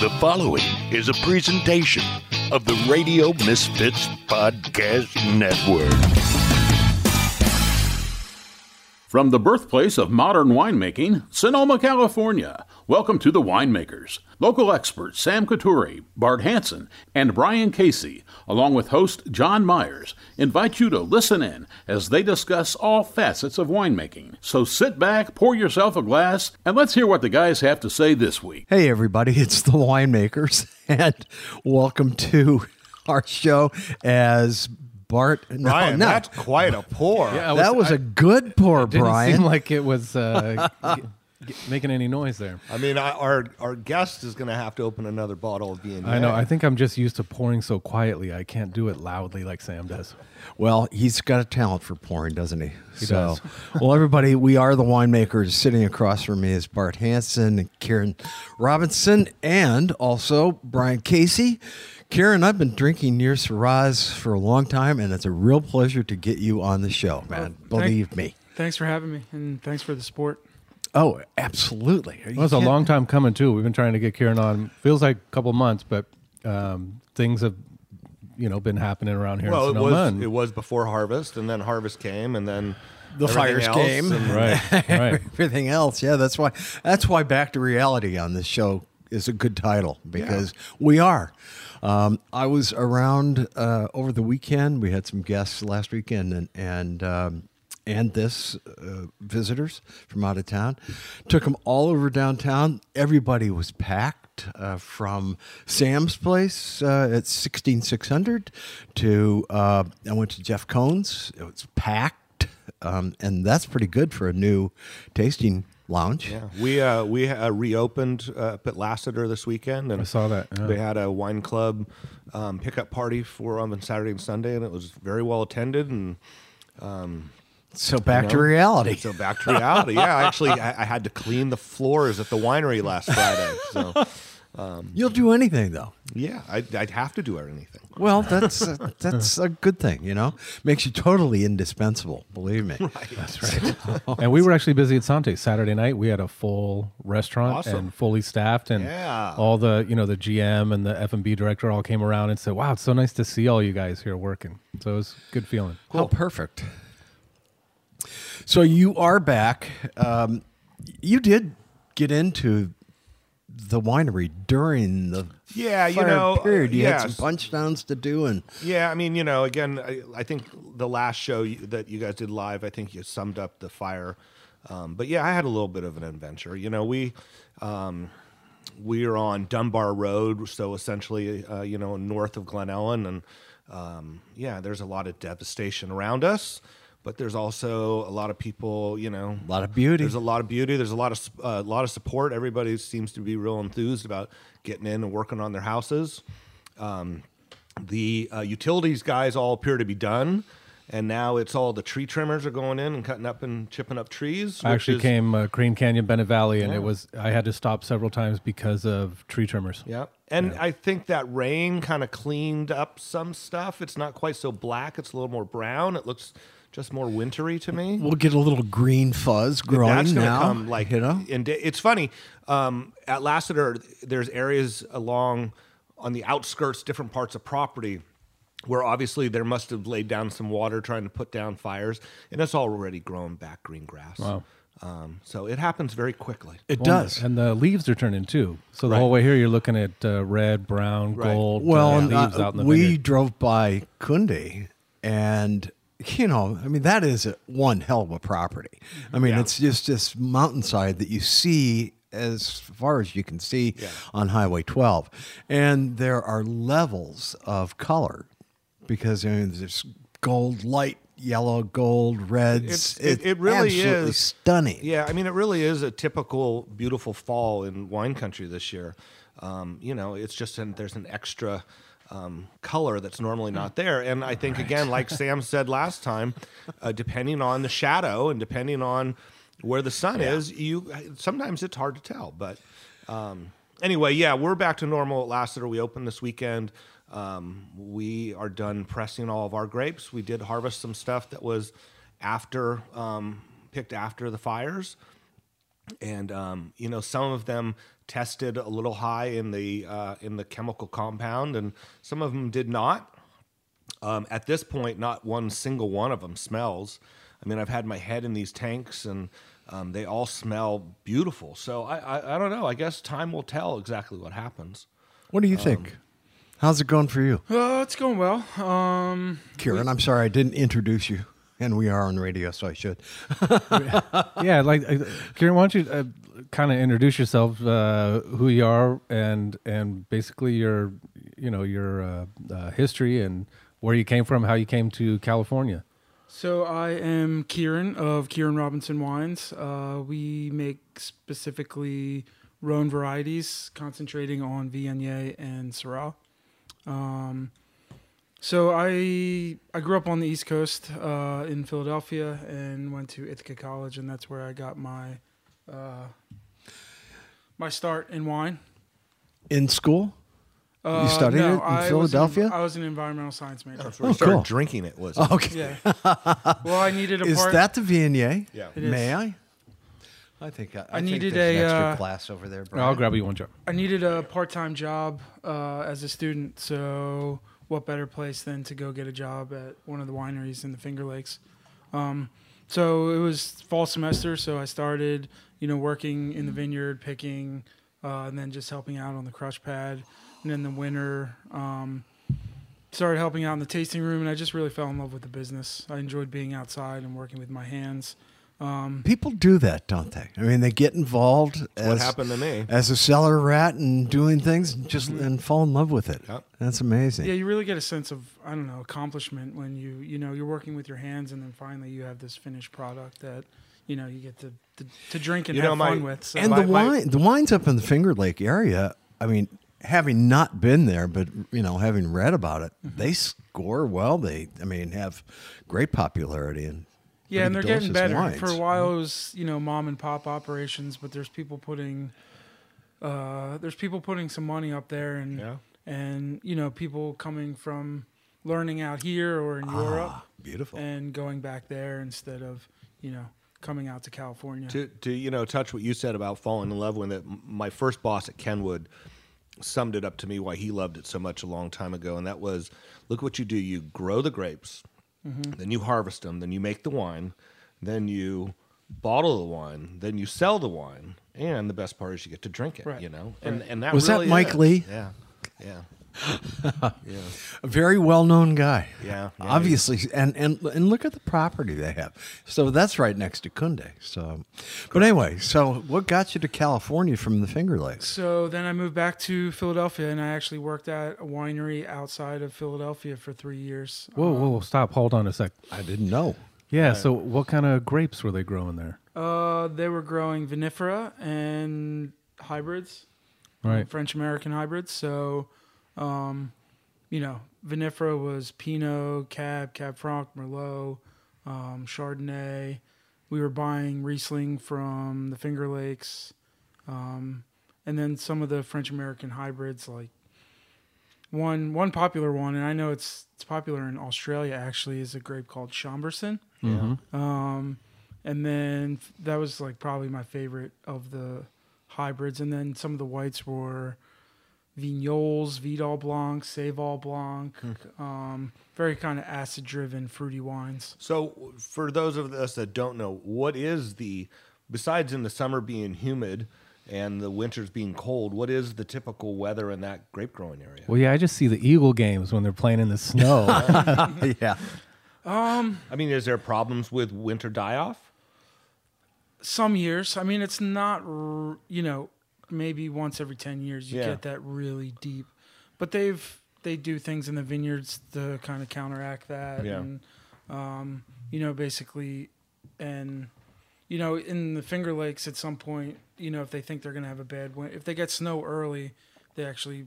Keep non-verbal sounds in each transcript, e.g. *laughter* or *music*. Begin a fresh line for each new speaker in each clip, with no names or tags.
The following is a presentation of the Radio Misfits Podcast Network.
From the birthplace of modern winemaking, Sonoma, California, welcome to The Winemakers. Local experts Sam Couture, Bart Hansen, and Brian Casey, along with host John Myers, invite you to listen in as they discuss all facets of winemaking. So sit back, pour yourself a glass, and let's hear what the guys have to say this week.
Hey, everybody, it's the winemakers, *laughs* and welcome to our show as Bart. No,
Brian,
no,
that's quite
*laughs*
a pour.
that was a good pour,
Didn't
Brian.
seem like it was *laughs* uh, g- g- making any noise there.
I mean, I, our our guest is going to have to open another bottle of beer.
I know. I think I'm just used to pouring so quietly. I can't do it loudly like Sam does.
well, he's got a talent for pouring, doesn't he? He
does.
well, everybody, we are the winemakers. Sitting across from me is Bart Hansen and Karen Robinson, and also Brian Casey. Karen, I've been drinking your Syrahs for a long time, and it's a real pleasure to get you on the show, man. Believe me.
Thanks for having me, and thanks for the support.
Oh, absolutely.
It was a long time coming too. We've been trying to get Karen on. Feels like a couple months, but um, things have, you know, been happening around here.
well,
in
it
Sonoma
was
and-
it was before harvest, and then harvest came, and then
The
everything
fires
else,
came.
and- *laughs*
right, right.
everything else. Yeah, that's why that's why Back to Reality on this show is a good title because we are. Um, I was around uh, over the weekend. We had some guests last weekend and and um, and this uh, visitors from out of town. Took them all over downtown. Everybody was packed uh, from Sam's place uh, at sixteen six hundred to uh, I went to Jeff Cohn's. It was packed *laughs* um, and that's pretty good for a new tasting lounge.
Yeah. We uh, we uh, reopened uh, up at Lassiter this weekend, and I
saw that, yeah.
They had a wine club um, pickup party for on Saturday and Sunday, and it was very well attended. And
So back to reality.
so back to reality. yeah, actually, I, I had to clean the floors at the winery last Friday.
*laughs*
So
You'll do anything though.
yeah, I'd, I'd have to do anything.
Well, that's *laughs* uh, that's a good thing, you know. Makes you totally indispensable. Believe me. That's right. *laughs*
And we were actually busy at Sante Saturday night. We had a full restaurant
Awesome.
and fully staffed, and
Yeah.
all the you know the GM and the F and B director all came around and said, "Wow, it's so nice to see all you guys here working." So it was a good feeling.
How perfect. So you are back. Um, you did get into the winery during the
Yeah, you
fire
know, uh,
period. You had
yes.
some punch downs to do and
Yeah, I mean, you know, again, I, I think the last show you, that you guys did live, I think you summed up the fire. Um, but yeah, I had a little bit of an adventure. You know, we um, we are on Dunbar Road, so essentially, uh, you know, north of Glen Ellen, and um, yeah, there's a lot of devastation around us. But there's also a lot of people, you know,
a lot of beauty.
there's a lot of beauty. There's a lot of uh, a lot of support. Everybody seems to be real enthused about getting in and working on their houses. Um, the uh, utilities guys all appear to be done, and now it's all the tree trimmers are going in and cutting up and chipping up trees.
I
which
actually
is-
came uh, Crane Canyon, Bennett Valley, and it was I had to stop several times because of tree trimmers.
Yeah, and I think that rain kind of cleaned up some stuff. It's not quite so black. It's a little more brown. It looks just more wintry to me.
We'll get a little green fuzz growing
That's gonna
now.
come like
you know,
And it's funny. Um, at Lassiter, there's areas along on the outskirts, different parts of property, where obviously there must have laid down some water trying to put down fires, and it's already grown back green grass. Wow. Um, so it happens very quickly.
it
Well,
does.
and the leaves are turning too. So the whole way here, you're looking at uh, red, brown,
Right.
gold.
Well,
uh,
and,
leaves
uh,
out in the
we
vineyard.
drove by Kunde, and you know, I mean, that is a, one hell of a property. I mean, it's just this mountainside that you see as far as you can see on Highway 12, and there are levels of color because I mean, there's gold light. Yellow, gold, reds.
It's- it- it really
absolutely
is.
stunning.
Yeah, I mean, it really is a typical beautiful fall in wine country this year. Um, you know, it's just an, there's an extra um, color that's normally not there. And I think, again, like Sam said last time, uh, depending on the shadow and depending on where the sun is, you uh, sometimes it's hard to tell. But um, anyway, yeah, we're back to normal at Lassiter. We opened this weekend. Um, we are done pressing all of our grapes. We did harvest some stuff that was after um, picked after the fires and um, you know some of them tested a little high in the uh, in the chemical compound, and some of them did not. Um, at this point, not one single one of them smells. I mean, I've had my head in these tanks, and um, they all smell beautiful. So I, I I don't know. I guess time will tell exactly what happens.
What do you think? Um, How's it going for you,
Uh, it's going well. Um,
Kieran? I'm sorry I didn't introduce you, and we are on radio, so I should.
yeah, like uh, Kieran, why don't you uh, kind of introduce yourself, uh, who you are, and and basically your you know your uh, uh, history and where you came from, how you came to California.
so I am Kieran of Kieran Robinson Wines. Uh, we make specifically Rhone varieties, concentrating on Viognier and Syrah. Um, so I I grew up on the East Coast uh, in Philadelphia and went to Ithaca College, and that's where I got my uh, my start in wine.
In school?
Uh,
studied it in
I was an-
Philadelphia?
I was an environmental science major.
That's where I
Oh,
started
cool.
drinking it was
Okay. *laughs*
Yeah. well, I needed a
Is
part.
that the Viognier?
Yeah. It
is.
May I? I think I, I think
needed
there's an
a,
extra
uh,
class over there.
I'll
Brian.
grab you one job.
I needed a part-time job uh, as a student, so what better place than to go get a job at one of the wineries in the Finger Lakes? Um, so it was fall semester, so I started, you know, working in the vineyard, picking, uh, and then just helping out on the crush pad. And in the winter, um, started helping out in the tasting room, and I just really fell in love with the business. I enjoyed being outside and working with my hands.
People do that, don't they? I mean, they get involved. As,
happened to me.
as a cellar rat and doing things, and just and fall in love with it.
Yep.
That's amazing.
Mm-hmm. Yeah, you really get a sense of I don't know accomplishment when you you know you're working with your hands and then finally you have this finished product that you know you get to to, to drink and
You
have
know, my-
fun with. So
and
My-
the
my-
wine, the wines up in the Finger Lake area. I mean, having not been there, but you know, having read about it,
Mm-hmm.
they score well. They, I mean, have great popularity and
yeah, and they're
pretty
getting
delicious
better.
wines.
For a while, it was you know mom and pop operations, but there's people putting uh, there's people putting some money up there, and
Yeah.
and you know people coming from learning out here or in Europe
Ah, beautiful.
and going back there instead of you know coming out to California.
to, to you know touch what you said about falling in love with it m- my first boss at kenwood summed it up to me why he loved it so much a long time ago and that was look what you do you grow the grapes
Mm-hmm.
then you harvest them then you make the wine then you bottle the wine then you sell the wine and the best part is you get to drink it
Right.
you know and and that
Was that
really
Mike
is.
Lee?
yeah yeah yeah
a very well-known guy.
Yeah, yeah,
obviously, and and and look at the property they have. So that's right next to Kunde. So, but anyway, so what got you to California from the Finger Lakes?
So then I moved back to Philadelphia, and I actually worked at a winery outside of Philadelphia for three years.
Whoa, whoa, whoa, stop! Hold on a sec.
I didn't
*laughs*
know.
Yeah. So, what kind of grapes were they growing there?
Uh, they were growing vinifera and hybrids,
Right.
French American um, hybrids. So, um, you know, vinifera was Pinot, Cab, Cab Franc, Merlot, um, Chardonnay. We were buying Riesling from the Finger Lakes, um, and then some of the French American hybrids like. One one popular one, and I know it's it's popular in Australia. Actually, is a grape called Chamberson. Um, and then f- that was like probably my favorite of the hybrids. And then some of the whites were Vignoles, Vidal Blanc, Saval Blanc, um, very kind of acid driven fruity wines.
So, for those of us that don't know, what is the besides in the summer being humid and the winters being cold? What is the typical weather in that grape growing area?
Well, yeah, I just see the Eagle games when they're playing in the snow.
yeah,
I mean, is there problems with winter die off?
Some years, I mean, it's not, r- you know, maybe once every 10 years you
Yeah.
get that really deep, but they've, they do things in the vineyards to kind of counteract that.
Yeah.
And, um, you know, basically, and you know, in the Finger Lakes, at some point, you know, if they think they're going to have a bad win if they get snow early, they actually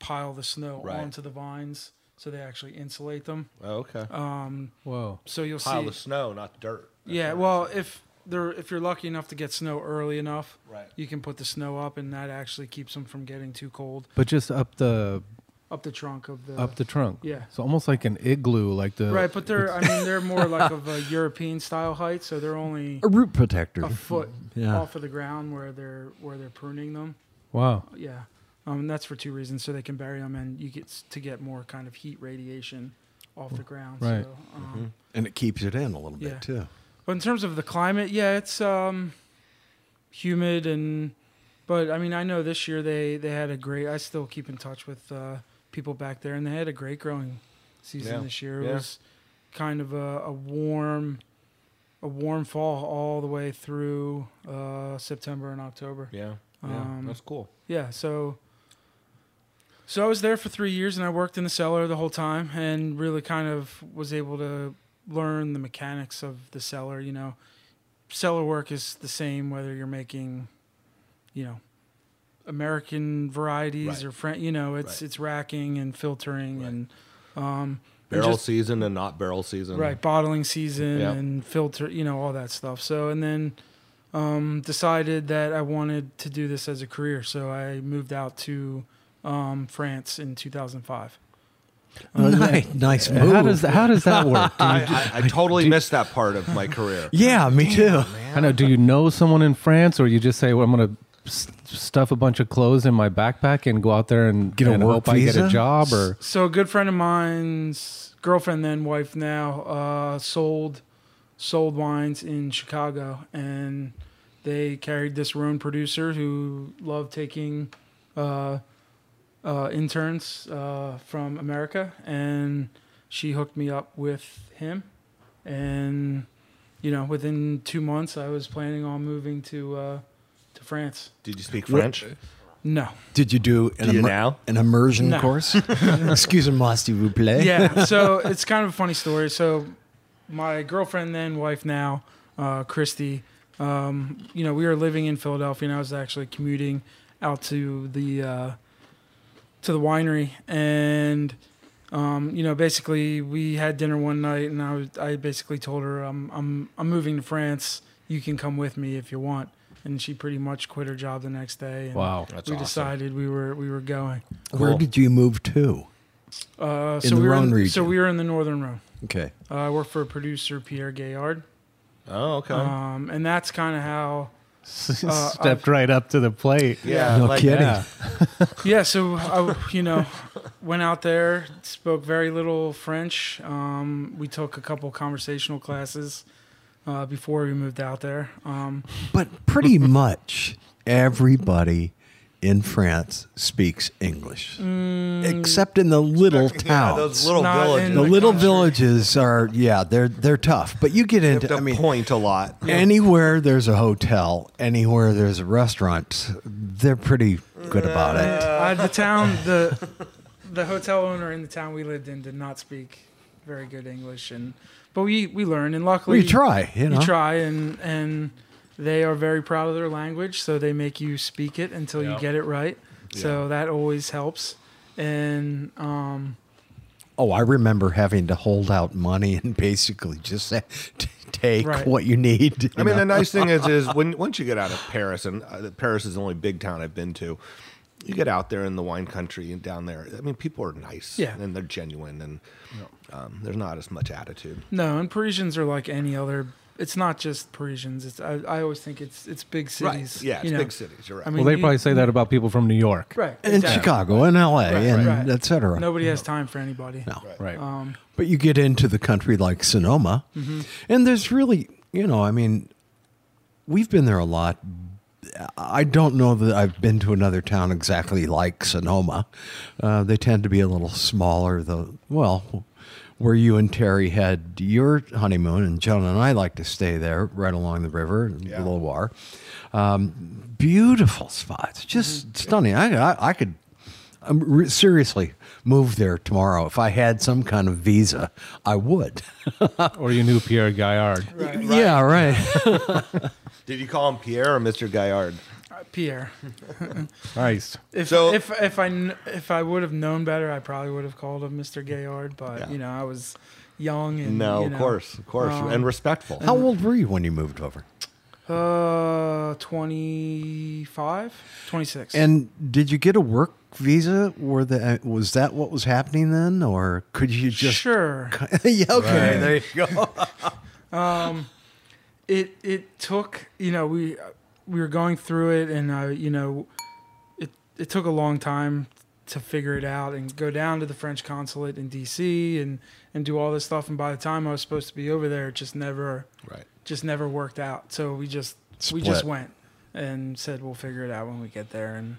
pile the snow
Right.
onto the vines, so they actually insulate them.
Oh, okay,
*laughs* whoa.
So you'll
pile
see,
of snow, not dirt.
yeah. Well, if they're if you're lucky enough to get snow early enough,
Right.
you can put the snow up, and that actually keeps them from getting too cold.
But just up the
up the trunk of the
up the trunk.
Yeah.
So almost like an igloo, like the
right. But they're I mean they're more like
*laughs*
of a European style height, so they're only
A root protector.
a foot
Yeah.
off of the ground where they're where they're pruning them.
wow.
Yeah, um, and that's for two reasons. So they can bury them, and you get s- to get more kind of heat radiation off the ground.
Right.
So, um,
And it keeps it in a little
Yeah.
bit too.
But in terms of the climate, yeah, it's um, humid and. But I mean, I know this year they they had a great. I still keep in touch with uh, people back there, and they had a great growing season
Yeah.
this year. It
Yeah.
was kind of a, a warm, a warm fall all the way through uh, September and October.
Yeah. Yeah,
Um,
that's cool.
Yeah, so so I was there for three years and I worked in the cellar the whole time and really kind of was able to learn the mechanics of the cellar, you know. Cellar work is the same whether you're making, you know, American varieties
Right.
or French, you know, it's
Right.
it's racking and filtering and
Barrel
just-
season and not barrel season.
right bottling season
Yeah.
and filter you know all that stuff so and then um, decided that i wanted to do this as a career so i moved out to um, france in 2005
nice, nice move.
How does how does that *laughs* work? Do you-
I, *laughs* I, I totally missed that part of my *laughs* career.
yeah, me too.
I know. Do you know someone in France, or you just say, "Well, I'm going to stuff a bunch of clothes in my backpack and go out there and
Get a
and
work
hope I get
visa?
a job?" Or
so a good friend of mine's girlfriend then wife now uh, sold sold wines in chicago and they carried this Rhone producer who loved taking uh, uh, interns uh, from America, and she hooked me up with him. And you know, within two months, I was planning on moving to uh, to France.
Did you speak French?
No,
Did you do an,
Do you now?
an immersion
No.
course? Excuse moi, s'il vous plaît.
*laughs* yeah. So it's kind of a funny story. So my girlfriend then, wife now, uh, Christy. Um, you know, we were living in Philadelphia, and I was actually commuting out to the uh, to the winery, and um, you know, basically we had dinner one night, and I was, I basically told her I'm I'm I'm moving to France. You can come with me if you want. And she pretty much quit her job the next day. And
Wow.
Uh,
*laughs*
That's
we
awesome.
decided we were we were going.
Where
Cool.
did you move to?
Uh,
In
so
the
we were in,
Rhone region.
So we were in the northern Rhone.
Okay.
Uh, I work for producer Pierre Gaillard,
Oh, okay.
um, and that's kind of how.
Stepped right up to the plate.
yeah.
no
like-
kidding.
yeah.
Yeah, so I, you know, went out there, spoke very little French. Um, we took a couple conversational classes uh, before we moved out there. Um,
But pretty much everybody in France speaks English, except in the little towns.
Yeah, those little
Not
villages.
in
the
the
little
country.
villages are yeah they're they're tough but you get
have
into
to
i mean
point a lot.
anywhere there's a hotel anywhere there's a restaurant they're pretty good about it
uh, the town, the the hotel owner in the town we lived in did not speak very good English, and but we we learned, and luckily
we try you know
you try and and they are very proud of their language so they make you speak it until you get it right so that always helps and um
oh i remember having to hold out money and basically just say, t- take
Right.
what you need you
I mean,
know?
the nice thing is, is when once you get out of Paris, and uh, Paris is the only big town I've been to, you get out there in the wine country and down there. I mean, people are nice,
Yeah.
and they're genuine, and um, there's not as much attitude.
no and parisians are like any other it's not just parisians it's i, I always think it's it's big cities
Yeah, it's
you know.
big cities. You're right.
I mean,
Well, they
you-
probably say that about people from New York.
right
in
exactly.
chicago in la and
right.
et cetera
nobody has time for anybody no.
Right.
But you get into the country like Sonoma, and there's really, you know, I mean, we've been there a lot. I don't know that I've been to another town exactly like Sonoma. Uh, they tend to be a little smaller, though. Well, where you and Terry had your honeymoon, and John and I like to stay there right along the river, in the Loire. Um, beautiful spots, just stunning. I, I, I could I'm re- seriously move there tomorrow. If I had some kind of visa, I would.
*laughs* Or you knew Pierre Gaillard.
Yeah, *laughs* right.
Did you call him Pierre or Mr. Gaillard?
Uh, pierre
Christ.
if
So-
if if i kn- if i would have known better i probably would have called him mr gaillard but
Yeah.
you know i was young and
No,
you
of
know.
course, of course, and respectful.
How old were you when you moved over?
Uh, 25, 26.
And did you get a work visa? Were the uh, was that what was happening then, or could you just?
sure.
*laughs* yeah. Okay.
Right.
There you go.
it it took you know we we were going through it and uh, you know it it took a long time to figure it out and go down to the French consulate in D.C. and and do all this stuff and by the time I was supposed to be over there it just never
Right.
just never worked out so we just we
Split.
just went and said we'll figure it out when we get there and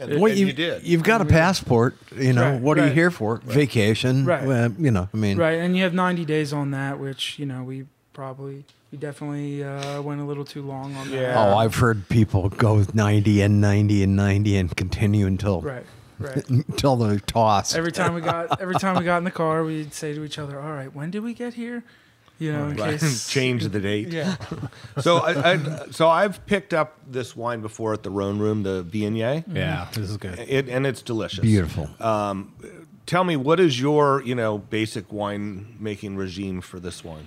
And,
Well,
and you, did.
You've got a passport. You know
Right,
what are
right.
you here for? Vacation.
Right.
Well, you know. I mean.
right and you have 90 days on that which you know we probably we definitely uh, went a little too long on that
Yeah.
Oh, I've heard people go with ninety and ninety and ninety and continue until
right right
*laughs* until they toss.
Every time we got every time we got in the car, we'd say to each other, "All right, when did we get here?" You know, in
Right. *laughs*
case
Change the date.
Yeah,
So I, I so I've picked up this wine before at the Rhone Room, the Viognier.
Yeah, this is good.
It, and it's delicious.
Beautiful.
Tell me, what is your you know basic wine making regime for this wine?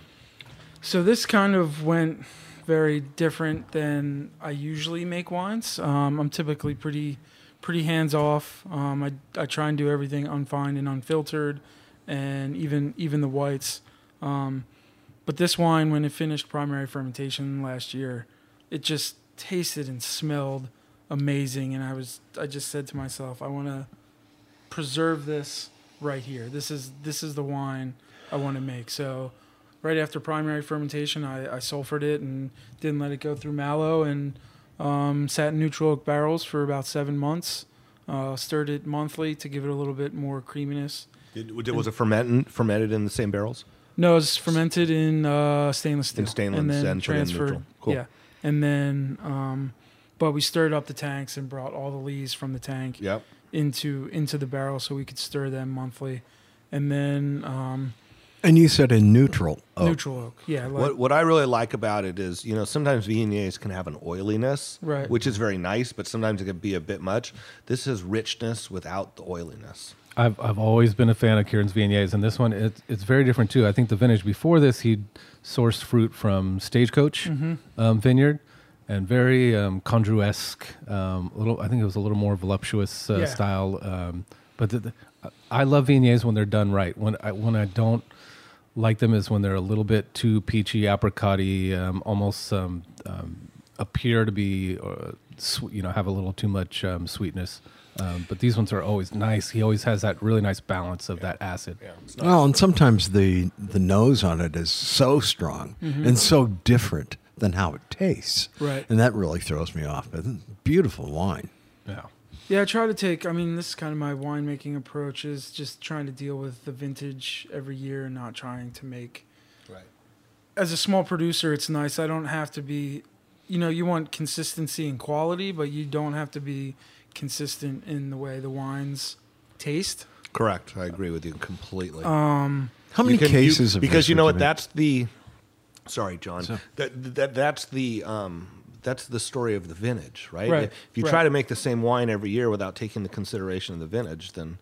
So this kind of went very different than I usually make wines. Um, I'm typically pretty pretty hands off. Um, I I try and do everything unfined and unfiltered, and even even the whites. Um, but this wine, when it finished primary fermentation last year, it just tasted and smelled amazing, and I was I just said to myself, I want to preserve this right here. This is this is the wine I want to make. So right after primary fermentation, I, I sulfured it and didn't let it go through mallow and um, sat in neutral oak barrels for about seven months. Uh, stirred it monthly to give it a little bit more creaminess.
Did, did- was it fermented fermented in the same barrels?
No, it's fermented in uh, stainless steel.
In stainless
and then
and put in
transferred.
neutral. Cool.
Yeah, and then um, but we stirred up the tanks and brought all the lees from the tank
Yep.
into into the barrel so we could stir them monthly, and then um,
and you said in neutral. oak.
neutral oak. Yeah, like,
Oh. What what I really like about it is, you know, sometimes Viogniers can have an oiliness,
Right.
which is very nice, but sometimes it can be a bit much. This is richness without the oiliness.
I've I've always been a fan of Kieran's Vigniers, and this one it's it's very different too. I think the vintage before this he sourced fruit from Stagecoach um, Vineyard, and very um, Condru-esque. Um, little, I think it was a little more voluptuous uh,
Yeah.
style. Um, but the, the, I love Vigniers when they're done right. When I when I don't like them is when they're a little bit too peachy, apricotty, um, almost um, um, appear to be, uh, sw- you know, have a little too much um, sweetness. Um, but these ones are always nice. He always has that really nice balance of that acid.
Well, and sometimes the the nose on it is so strong and so different than how it tastes.
Right.
And that really throws me off. But it's beautiful wine.
Yeah.
Yeah, I try to take. I mean, this is kind of my winemaking approach is just trying to deal with the vintage every year and not trying to make.
Right.
As a small producer, it's nice. I don't have to be, you know, you want consistency and quality, but you don't have to be consistent in the way the wines taste.
Correct. I agree with you completely.
How many
You can- you-
cases of
because
this
you
would
know what
make?
that's the sorry john that, that that's the um that's the story of the vintage right,
Right,
if you
right.
try to make the same wine every year without taking the consideration of the vintage then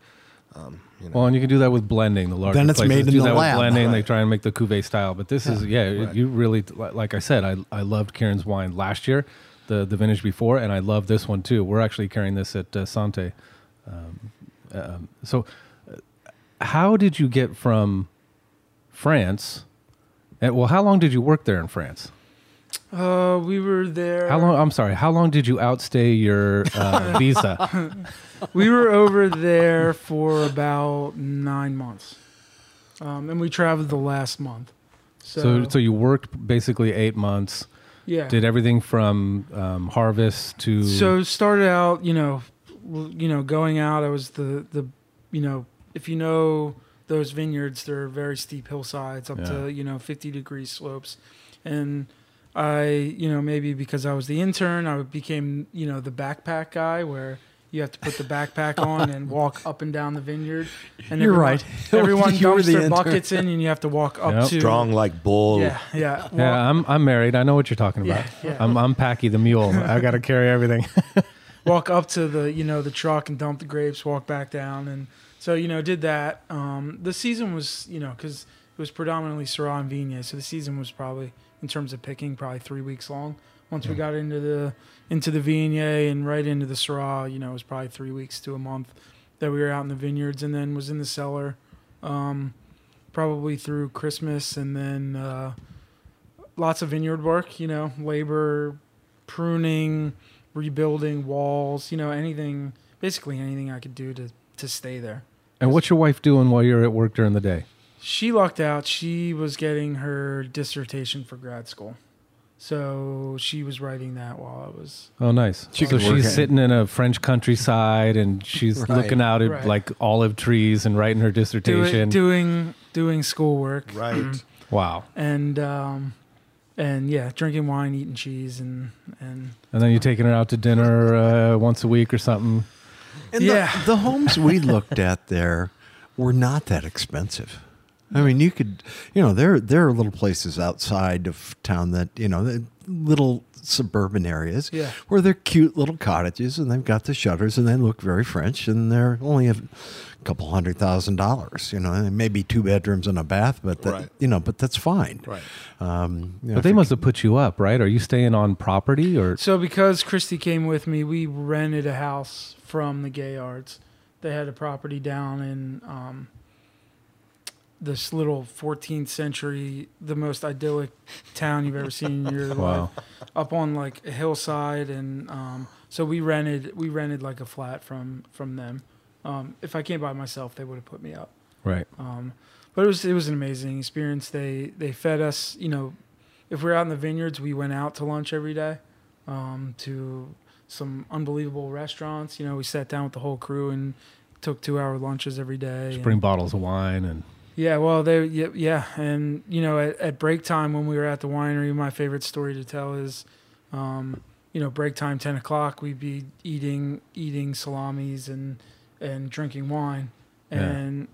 Well, and you can do that with blending. The larger
Then it's
places
made in
do
the
that
lab.
With blending, they
Right.
try and make the cuvee style. But this is yeah, it- you really li- like I said, I I loved Karen's wine last year, the the vintage before, and I love this one too. We're actually carrying this at uh, Sante. Um, um, so, uh, how did you get from France? And, well, how long did you work there in France?
Uh, we were there.
How long? I'm sorry. How long did you outstay your
*laughs*
uh, visa?
we were over there for about nine months, um, and we traveled the last month. So,
So, so you worked basically eight months.
yeah,
Did everything from um, harvest to
So started out, you know, l- you know, going out. I was the the, you know, if you know those vineyards, they're very steep hillsides up
Yeah.
to you know fifty degree slopes, and I, you know, maybe because I was the intern, I became you know the backpack guy where. You have to put the
*laughs*
backpack on and walk up and down the vineyard. And
You're
everyone-
right. *laughs*
Everyone
You were
dumps
the
their
intern.
buckets in, and you have to walk up
Oh.
Yep.
to.
strong like bull
Yeah, yeah. Walk-
yeah, I'm I'm married. I know what you're talking
Yeah,
about.
yeah.
I'm I'm Packy the mule. I
*laughs*
got to carry everything.
walk up to the you know the truck and dump the grapes walk back down and so you know did that um the season was you know because it was predominantly Syrah and Viognier so the season was probably in terms of picking probably three weeks long Once we got into the into the Viognier and right into the Syrah, you know, it was probably three weeks to a month that we were out in the vineyards, and then was in the cellar, um, probably through Christmas, and then uh, lots of vineyard work. You know, labor, pruning, rebuilding walls. You know, anything, basically anything I could do to to stay there.
And what's your wife doing while you're at work during the day?
She lucked out. She was getting her dissertation for grad school. So she was writing that while I was.
Oh, nice.
She
so
could work
she's
in.
sitting in a French countryside and she's
Right.
looking out at
Right.
like olive trees and writing her
do it-
dissertation.
doing doing schoolwork
Right.
Wow.
and um, and yeah, drinking wine, eating cheese, and and
And then you're taking her out to dinner uh, once a week or something.
And
Yeah.
the, the homes we looked at there were not that expensive. I mean, you could, you know, there there are little places outside of town that you know, the little suburban areas
Yeah.
where they're cute little cottages and they've got the shutters and they look very French and they're only a couple hundred thousand dollars, you know, and maybe two bedrooms and a bath, but that,
Right.
you know, but that's fine.
Right.
Um, you know,
But they
for-
must have put you up, right? Are you staying on property or?
so because Christy came with me, we rented a house from the Gayards. They had a property down in um, this little 14th century, the most idyllic town you've ever seen in your
Wow.
life, up on like a hillside, and um, so we rented we rented like a flat from from them. Um, if I came by myself, they would have put me up.
Right.
Oh, Um, But it was it was an amazing experience. They they fed us. You know, if we were out in the vineyards, we went out to lunch every day, um, to some unbelievable restaurants. You know, we sat down with the whole crew and took two hour lunches every day.
Just
And-
bring bottles of wine and
yeah, well, they yeah, yeah. and you know at, at break time when we were at the winery, my favorite story to tell is, um, you know, break time ten o'clock, we'd be eating eating salamis and and drinking wine,
Yeah.
and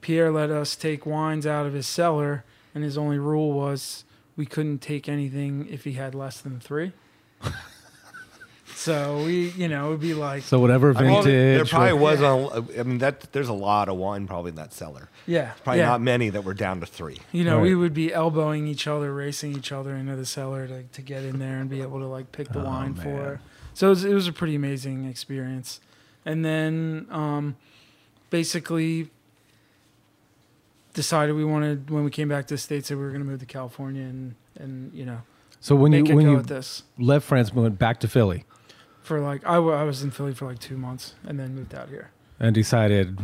Pierre let us take wines out of his cellar, and his only rule was we couldn't take anything if he had less than three. so we, you know, it would be like
so whatever
I mean,
vintage.
there
or-
probably was a. I mean, that there's a lot of wine probably in that cellar.
yeah,
Probably
yeah.
not many that were down to three.
You know, we
Right.
would be elbowing each other, racing each other into the cellar to, to get in there and be able to like pick
Oh,
the wine for. it. So it was, it was a pretty amazing experience. And then um, basically decided we wanted when we came back to the states that we were going to move to California and and you know
so when you
make it
when
go
you
at this
left France, went back to Philly
for like I wa- I was in Philly for like two months and then moved out here.
and decided,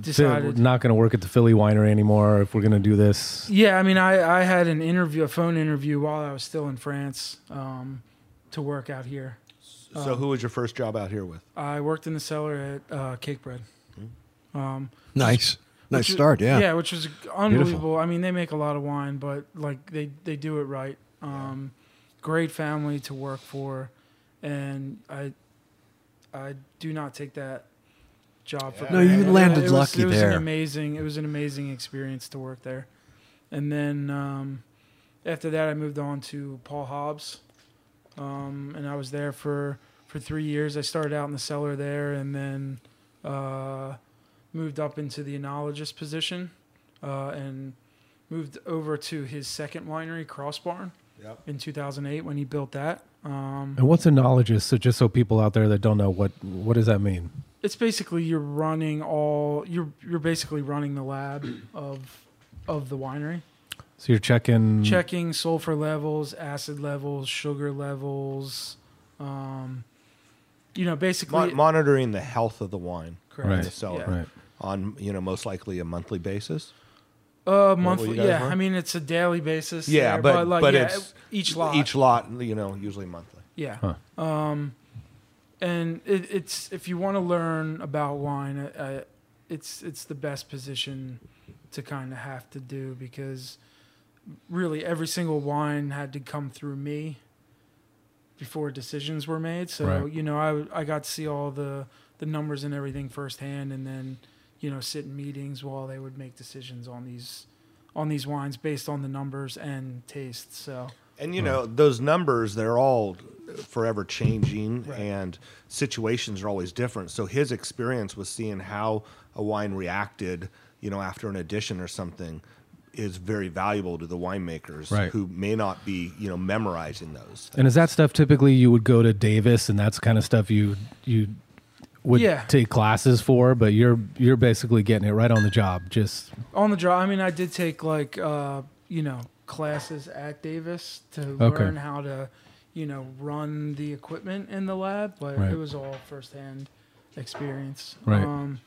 Decided-
Phil- not going to work at the Philly winery anymore. If we're going to do this,
Yeah, I mean, I, I had an interview, a phone interview while I was still in France um, to work out here. Oh.
So who was your first job out here with?
I worked in the cellar at uh, Cake Bread. Um,
nice, Mm. nice
which is-
start. Yeah.
yeah, which was unbelievable. I mean, they make a lot of wine, but like they they do it right. Um, Great family to work for, and I I do not take that job for
No, you
granted.
landed
was-
lucky
it was
there.
An amazing, it was an amazing experience to work there, and then um, after that, I moved on to Paul Hobbs, um, and I was there for for three years. I started out in the cellar there, and then uh, moved up into the enologist position, uh, and moved over to his second winery, Cross Barn,
Yep.
in 2008 when he built that. Um,
and what's a enologist? So just so people out there that don't know what what does that mean?
it's basically you're running all you're you're basically running the lab of of the winery.
So you're checking
checking sulfur levels, acid levels, sugar levels. Um, you know, basically,
Mon- monitoring the health of the wine in
Right.
the cellar
Right.
on you know most likely a monthly basis.
uh,
you
monthly.
guys
Yeah,
were?
I mean, it's a daily basis.
Yeah,
there,
but
like,
but
yeah,
it's
each lot.
Each lot, you know, usually monthly.
Yeah.
Huh.
Um, and it, it's if you want to learn about wine, uh, it's it's the best position to kind of have to do because really every single wine had to come through me before decisions were made. So
Right.
you know, I I got to see all the the numbers and everything firsthand, and then you know sit in meetings while they would make decisions on these on these wines based on the numbers and taste. So
And you
Hmm.
know those numbers, they're all forever changing, and situations are always different. So his experience was seeing how a wine reacted, you know, after an addition or something, is very valuable to the winemakers
Right.
who may not be, you know, memorizing those.
And is that stuff typically you would go to Davis and that's kind of stuff you you would
Yeah.
take classes for, but you're you're basically getting it right on the job. Just
on the job. I mean, I did take like uh, you know classes at Davis to
Okay.
learn how to you know run the equipment in the lab, but
Right.
it was all firsthand experience.
Right.
Um,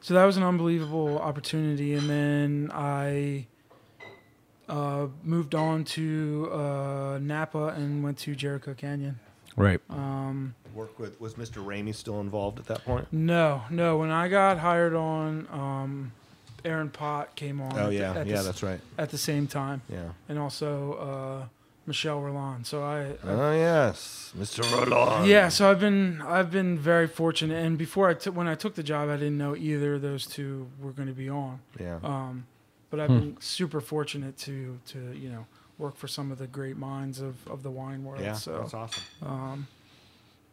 so that was an unbelievable opportunity, and then I uh, moved on to uh, Napa and went to Jericho Canyon.
right.
Work with was Mr. Ramey still involved at that point?
No, no. When I got hired on, um, Aaron Pott came on.
Oh
at the-
yeah,
at the
yeah,
s-
that's right.
at the same time.
Yeah.
and also uh, Michelle Roland. So I, I
Oh yes, Mr. Roland.
yeah, so I've been I've been very fortunate. And before I took when I took the job, I didn't know either of those two were going to be on.
Yeah.
Um, but I've been super fortunate to to you know work for some of the great minds of, of the wine world.
yeah.
so
That's awesome.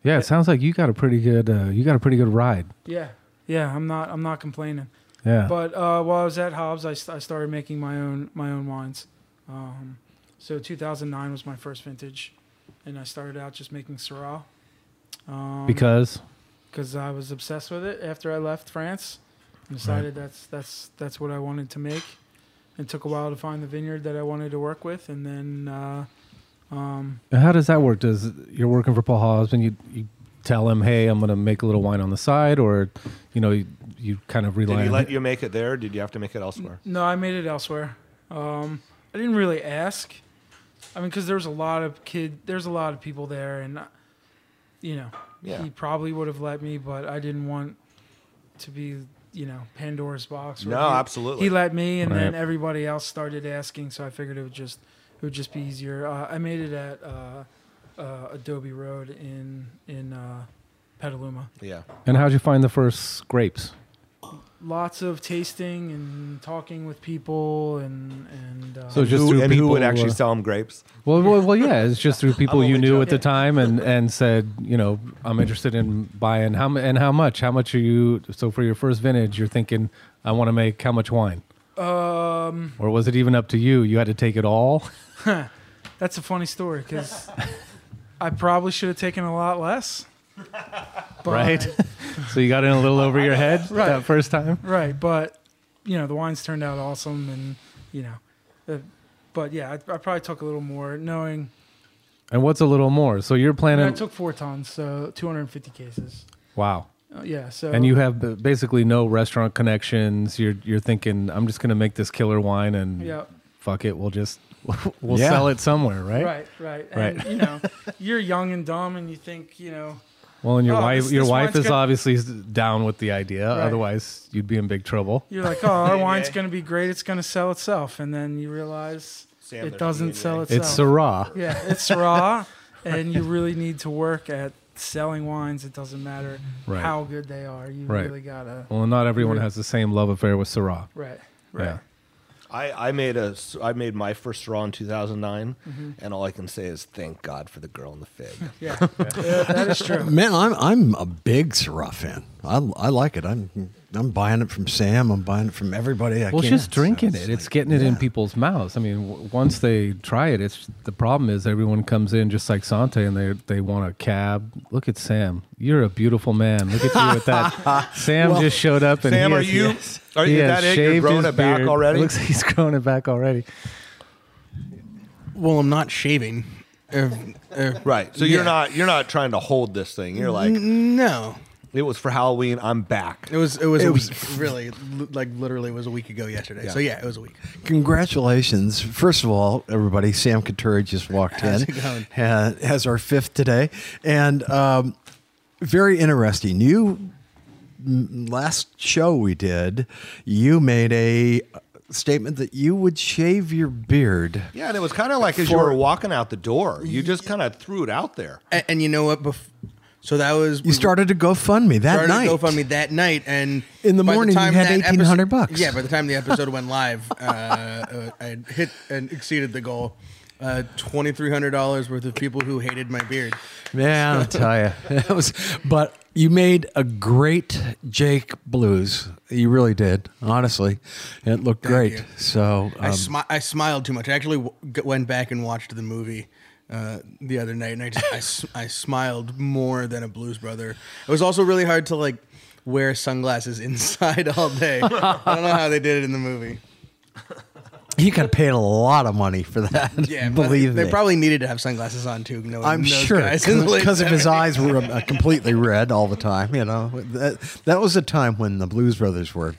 Yeah, it sounds like you got a pretty good uh, you got a pretty good ride.
yeah, yeah, I'm not I'm not complaining.
Yeah.
But uh, while I was at Hobbs, I, st- I started making my own my own wines. Um, so 2009 was my first vintage, and I started out just making Syrah. Um,
because
because I was obsessed with it after I left France. And decided that's that's that's what I wanted to make, and took a while to find the vineyard that I wanted to work with, and then uh,
how does that work? Does you're working for Paul Hosman, you you tell him, "Hey, I'm going to make a little wine on the side," or you know, you, you kind of rely
Did he
on
let you make it there? Or did you have to make it elsewhere?
no, I made it elsewhere. Um, I didn't really ask. I mean, because there was a lot of kid, there's a lot of people there, and uh, you know,
Yeah.
he probably would have let me, but I didn't want to be, you know, Pandora's box. where
No,
he-
absolutely.
He let me, and then
Right.
everybody else started asking, so I figured it would just it would just be easier. Uh, I made it at uh, uh, Adobe Road in in uh, Petaluma.
Yeah.
And how'd you find the first grapes?
Lots of tasting and talking with people, and and uh,
So just
Who-
through
and
people
who would actually
uh,
sell him grapes?
Well, well, well, yeah. It's just through people
I'm
you
only
knew at the
joking.
time, and and said, you know, I'm interested in buying how mu- and how much, how much are you? So for your first vintage, you're thinking, I want to make how much wine,
um,
or was it even up to you? You had to take it all.
that's a funny
*laughs*
story because I probably should have taken a lot less.
*laughs*
But,
Right. so you got in a little over your
*laughs*
head that first time.
Right, but you know the wines turned out awesome, and you know, uh, but yeah, I, I probably took a little more, knowing
And what's a little more? So you're
I, mean, I
planning.
took four tons, so 250 cases.
wow.
Uh, yeah, so
And you have b- basically no restaurant connections. You're you're thinking, I'm just gonna make this killer wine, and
yeah,
fuck it, we'll just *laughs* we'll
Yeah.
sell it somewhere, right?
right, right,
Right.
and
*laughs*
you know, you're young and dumb, and you think you know,
Well, and your
Oh,
wife,
this-
your
this
wife
wine's
is
got-
obviously down with the idea.
Right.
Otherwise, you'd be in big trouble.
you're like, oh,
*laughs*
our wine's gonna be great, it's gonna sell itself, and then you realize
Sam,
it
there's
doesn't
DNA.
sell itself.
It's Syrah.
Yeah, it's raw, *laughs* and you really need to work at selling wines. It doesn't matter
Right.
how good they are. You
Right.
really gotta.
Well, not everyone
Right.
has the same love affair with Syrah.
Right.
Yeah.
I, I made a s- I made my first straw in 2009,
Mm-hmm.
and all I can say is thank God for the girl and the fig. *laughs*
Yeah.
*laughs*
Yeah, that is true.
Man, I'm I'm a big Syrah fan. I, I like it. I'm I'm buying it from Sam. I'm buying it from everybody. I
Well,
can.
it's just
So
drinking it.
it's
It's
like,
getting it in
yeah.
people's mouths. I mean, w- once they try it, it's the problem is everyone comes in just like Sante and they they want a cab. Look at Sam. You're a beautiful man. Look at you
*laughs*
with that. Sam just showed up and
Sam,
he
are
has-
you-
yes.
are you
He has
that it? You're
shaved
growing
his
it back
beard.
already?
looks like he's growing it back already.
Well, I'm not shaving. Uh, uh,
Right. So you're
Yeah.
not you're not trying to hold this thing. You're like
No,
it was for Halloween. I'm back.
it was it was
It
a
was-
week, really li- like literally it was a week ago yesterday. So yeah, it was a week.
Congratulations, first of all, everybody. Sam Couture just walked
How's
in.
it going?
Ha- has our fifth today, and um, very interesting. You m- last show we did, you made a uh, statement that you would shave your beard.
Yeah, and it was kind of like as you
For-
were walking out the door, you just kind of threw it out there.
A- And, you know what? Bef- so that was
You started a GoFundMe that
started
night.
a GoFundMe that night, and
In the
by
morning, you
time
had
that
1,800
episode-
bucks. *laughs*
Yeah, by the time the episode went live, uh, uh, I had hit and exceeded the goal, Uh, Twenty three hundred dollars worth of people who hated my beard.
Man, I'll tell
*laughs*
you, *laughs* that was. But you made a great Jake blues. You really did, honestly. It looked great.
you.
So
I,
um,
smi- I smiled too much. I actually w- g- went back and watched the movie uh, the other night, and I just I, s- I smiled more than a Blues Brother. It was also really hard to like wear sunglasses *laughs* inside all day. I don't know how they did it in the
*laughs*
movie.
he could have paid a lot of money for that.
Yeah, but
*laughs* believe
they,
me.
probably needed to have sunglasses on too. No,
I'm sure *laughs*
*laughs*
because of his eyes were uh, completely red all the time. You know, that that was a time when the Blues Brothers were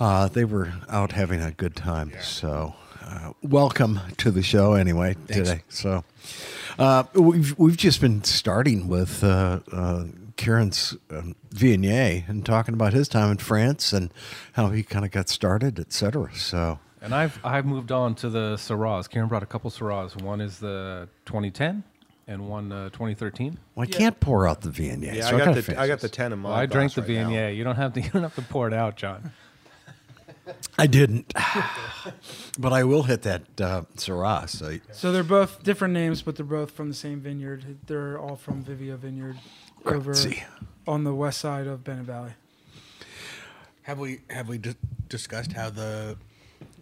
uh, they were out having a good time. So, uh, welcome to the show anyway today. So, uh, we've we've just been starting with uh, uh, Kieran's um, Viognier and talking about his time in France and how he kind of got started, et cetera. So.
And I've I've moved on to the Syrahs. Karen brought a couple Syrahs. One is the 2010, and one uh, 2013.
Well, I can't pour out the Viognier.
Yeah,
so
I got
gotta
the
finish
I got
this.
the ten in my.
Well, I drank the E
glass Oh, right now.
Viognier. You don't have to. *laughs* You don't have to pour it out, John.
I
*sighs*
didn't, but I will hit that uh, Syrah. So
So they're both different names, but they're both from the same vineyard. They're all from Vivia Vineyard over
Grazie.
on the west side of Bennett Valley.
Have we have we dis- discussed how the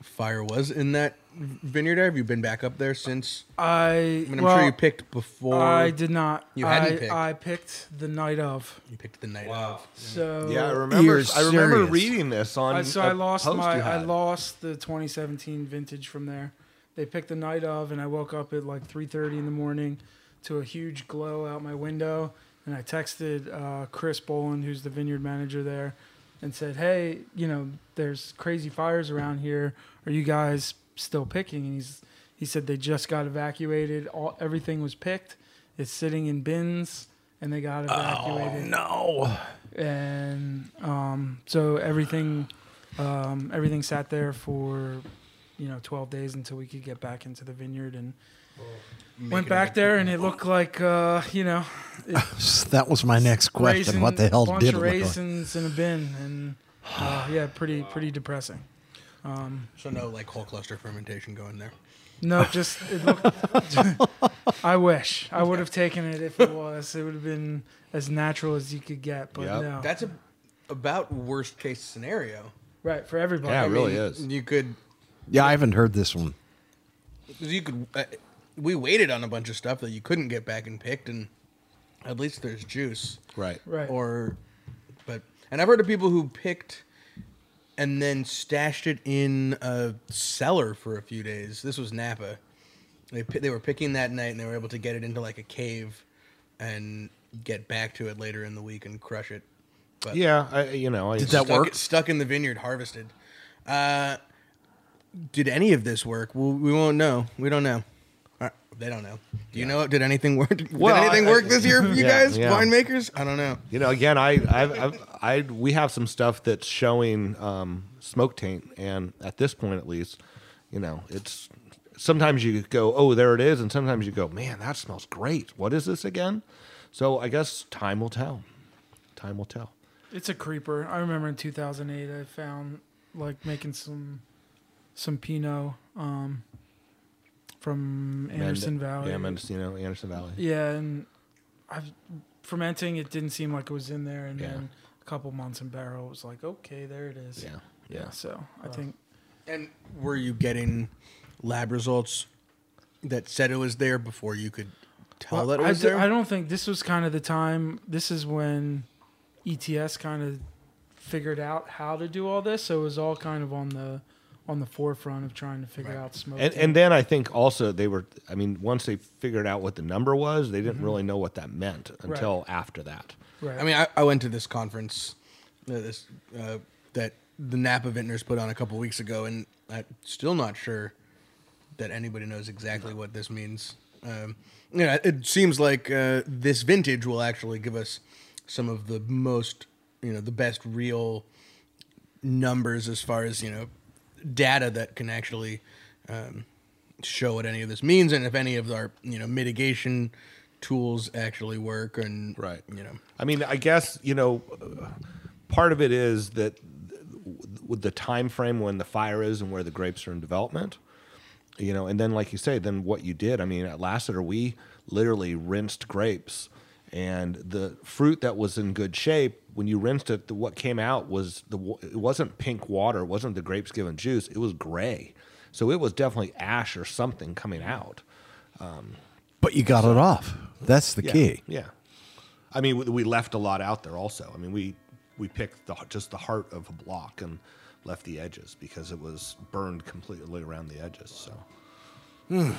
fire was in that vineyard? Have you been back up there since?
I,
I mean, I'm
well,
sure you picked before.
I did not.
You
I,
hadn't picked.
I picked the night of.
You picked the night wow. of.
So
Yeah, I remember.
You're
I remember
serious.
reading this on.
I, so
a
I lost
post
my
you
I
had.
lost the 2017 vintage from there. They picked the night of, and I woke up at like 3:30 in the morning to a huge glow out my window. And I texted uh, Chris Boland, who's the vineyard manager there, and said, "Hey, you know, there's crazy fires around here. Are you guys still picking?" And he's he said they just got evacuated. All everything was picked. It's sitting in bins, and they got
Oh,
evacuated
no,
and um, so everything um, everything sat there for you know 12 days until we could get back into the vineyard and went back there and it looked like uh, you know
that was my next question.
raisin-
What the hell
bunch
did it
of
look like?
raisins in a bin and uh, yeah pretty pretty depressing
So no like whole cluster fermentation going there.
no just it looked *laughs* i wish i would have taken it if it was it would have been as natural as you could get but
Yep.
no
That's a, about worst case scenario.
right for everybody
Yeah,
I
Oh, it
mean,
really is.
You could
Yeah, I haven't heard this one.
you could uh, we waited on a bunch of stuff that you couldn't get back and picked and at least there's juice.
Right.
right
Or but and I've heard of people who picked and then stashed it in a cellar for a few days. This was Napa. They pi- they were picking that night and they were able to get it into like a cave and get back to it later in the week and crush it. But
Yeah, I, you know. I,
Did that
stuck,
work?
Stuck in the vineyard, harvested. Uh, did any of this work? Well, we won't know. We don't know. Uh, They don't know. Do you know? Did anything work? *laughs* Did
Well,
anything
I-
work this year for you
Yeah,
guys,
yeah.
winemakers? I don't know.
You know, again, I, I, I, I, we have some stuff that's showing um, smoke taint, and at this point, at least, you know, it's sometimes you go, oh, there it is, and sometimes you go, man, that smells great. What is this again? So I guess time will tell. Time will tell.
It's a creeper. I remember in 2008, I found like making some some Pinot um, from Anderson
Mend-
Valley.
Yeah, Mendocino, Anderson Valley.
Yeah, and I fermenting. It didn't seem like it was in there, and
Yeah.
then a couple months in barrel, it was like, okay, there it is.
Yeah, yeah.
So I think
And were you getting lab results that said it was there before you could tell that it
I,
was
d-
there?
I don't think this was kind of the time. This is when E ETS kind of figured out how to do all this, so it was all kind of on the on the forefront of trying to figure out smoke.
And, and then I think also they were, I mean, once they figured out what the number was, they didn't really know what that meant until after that.
Right.
I mean, I, I went to this conference uh, this, uh, that the Napa Vintners put on a couple weeks ago, and I'm still not sure that anybody knows exactly what this means. Um, you know, it seems like uh, this vintage will actually give us some of the most, you know, the best real numbers as far as you know data that can actually um, show what any of this means and if any of our you know mitigation tools actually work and
Right.
you know
I mean, I guess you know, uh, part of it is that th- with the time frame when the fire is and where the grapes are in development, you know and then like you say then what you did i mean at lassiter we literally rinsed grapes and the fruit that was in good shape when you rinsed it the, what came out was the wa- it wasn't pink water it wasn't the grapes given juice it was gray so it was definitely ash or something coming out
But you got it off. That's the
yeah,
key.
yeah i mean we, we left a lot out there also i mean we we picked the, just the heart of a block and left the edges because it was burned completely around the edges so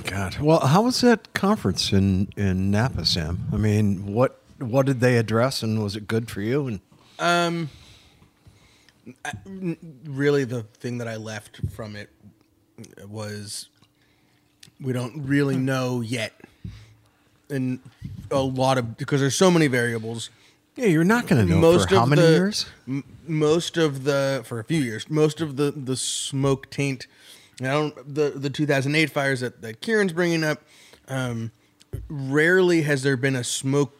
God. Well, how was that conference in in Napa, Sam? I mean, what what did they address, and was it good for you? And
really the thing that I left from it was we don't really know yet, and a lot of because there's so many variables.
yeah, you're not going to know
most
for how
of
many
the,
years.
m- most of the for a few years, most of the the smoke taint. You know, the the 2008 fires that, that Kieran's bringing up. Um, rarely has there been a smoke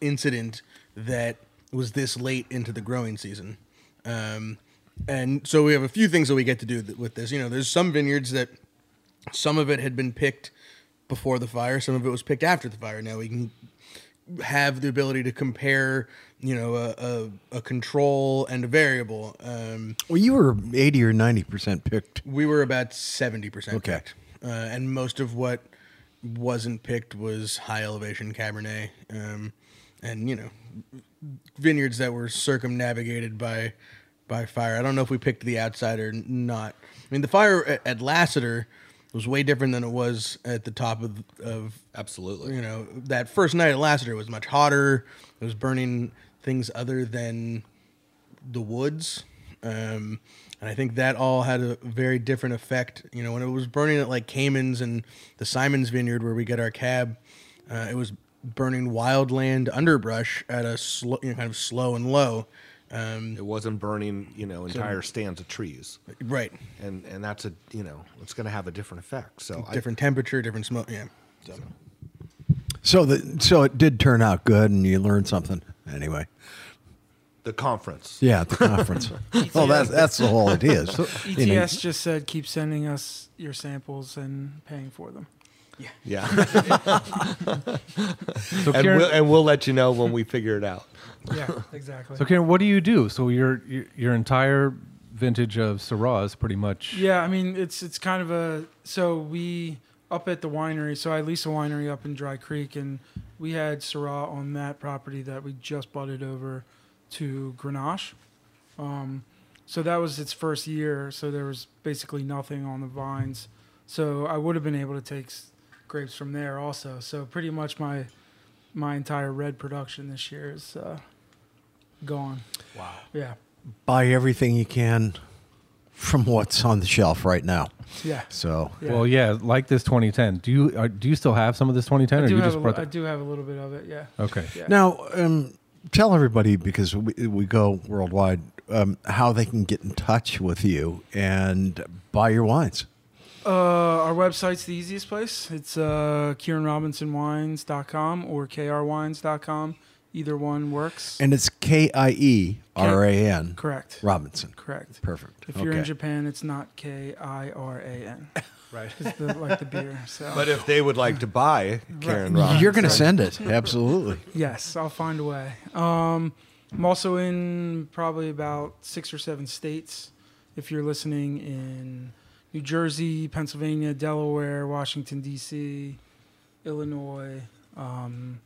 incident that was this late into the growing season. Um, and so we have a few things that we get to do th- with this. You know, there's some vineyards that some of it had been picked before the fire, some of it was picked after the fire. Now we can have the ability to compare, you know, a, a, a control and a variable. Um,
Well, you were eighty or ninety percent picked.
we were about seventy percent
Okay.
picked, uh, and most of what wasn't picked was high elevation Cabernet, um, and you know, vineyards that were circumnavigated by by fire. I don't know if we picked the outside or n- not. I mean, the fire at, at Lassiter was way different than it was at the top of of
absolutely
you know, that first night at Lassiter was much hotter. It was burning things other than the woods. Um, and I think that all had a very different effect. You know, when it was burning at like Cayman's and the Simon's Vineyard where we get our cab, uh, it was burning wildland underbrush at a slow, you know, kind of slow and low. Um,
It wasn't burning, you know, entire stands of trees,
right.
and and that's a you know it's going to have a different effect. So I-
Different temperature, different smoke. Yeah. So.
So the so it did turn out good, and you learned something anyway.
the conference,
Yeah, at the
*laughs*
conference. well, that's that's the whole idea. So,
ETS
you know,
E just said keep sending us your samples and paying for
*laughs*
them.
yeah,
So
and
Karen,
we'll and we'll let you know when we figure it out.
Yeah, exactly.
so Karen, what do you do? So your your, your entire vintage of Syrah is pretty much
Yeah, I mean it's it's kind of a so we up at the winery. So I lease a winery up in Dry Creek, and we had Syrah on that property that we just butted over to Grenache. Um, so that was its first year. So there was basically nothing on the vines. So I would have been able to take s- grapes from there also. So pretty much my my entire red production this year is uh, gone. Wow. Yeah.
buy everything you can from what's on the shelf right now.
Yeah.
So
Yeah.
Well, yeah, like this 2010. Do you are, do you still have some of this 2010,
I
or
do,
you
have
just
a,
brought?
I
the-
do have a little bit of it. Yeah. *laughs*
Okay.
Yeah.
now, um, tell everybody because we, we go worldwide um, how they can get in touch with you and buy your wines.
Uh, our website's the easiest place. It's uh, KieranRobinsonWines.com or KRWines.com. Either one works.
And it's K I E R A N
Correct.
Robinson.
Correct.
Perfect.
If you're in
Okay.
Japan, it's not K I R A N. Right. It's the, like the beer. So.
But if they would like to buy Karen Rock,
You're going to send
*laughs*
it. Absolutely.
yes, I'll find a way. Um, I'm also in probably about six or seven states. If you're listening in New Jersey, Pennsylvania, Delaware, Washington D.C., Illinois, um,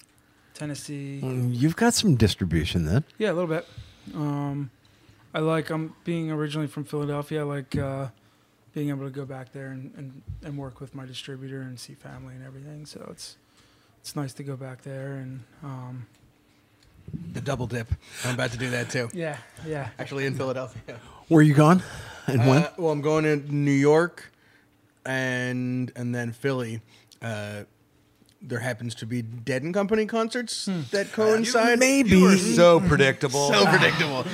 Tennessee.
You've got some distribution then.
Yeah, a little bit. Um, I like I'm being originally from Philadelphia. I like uh, being able to go back there and, and, and work with my distributor and see family and everything. So it's it's nice to go back there and um,
The double dip. I'm about to do that too.
yeah, yeah.
Actually, in Philadelphia.
Where you gone? And when?
Uh, well, I'm going to New York, and and then Philly. Uh, there happens to be Dead and Company concerts
Hmm.
that coincide.
Maybe.
so predictable.
So predictable.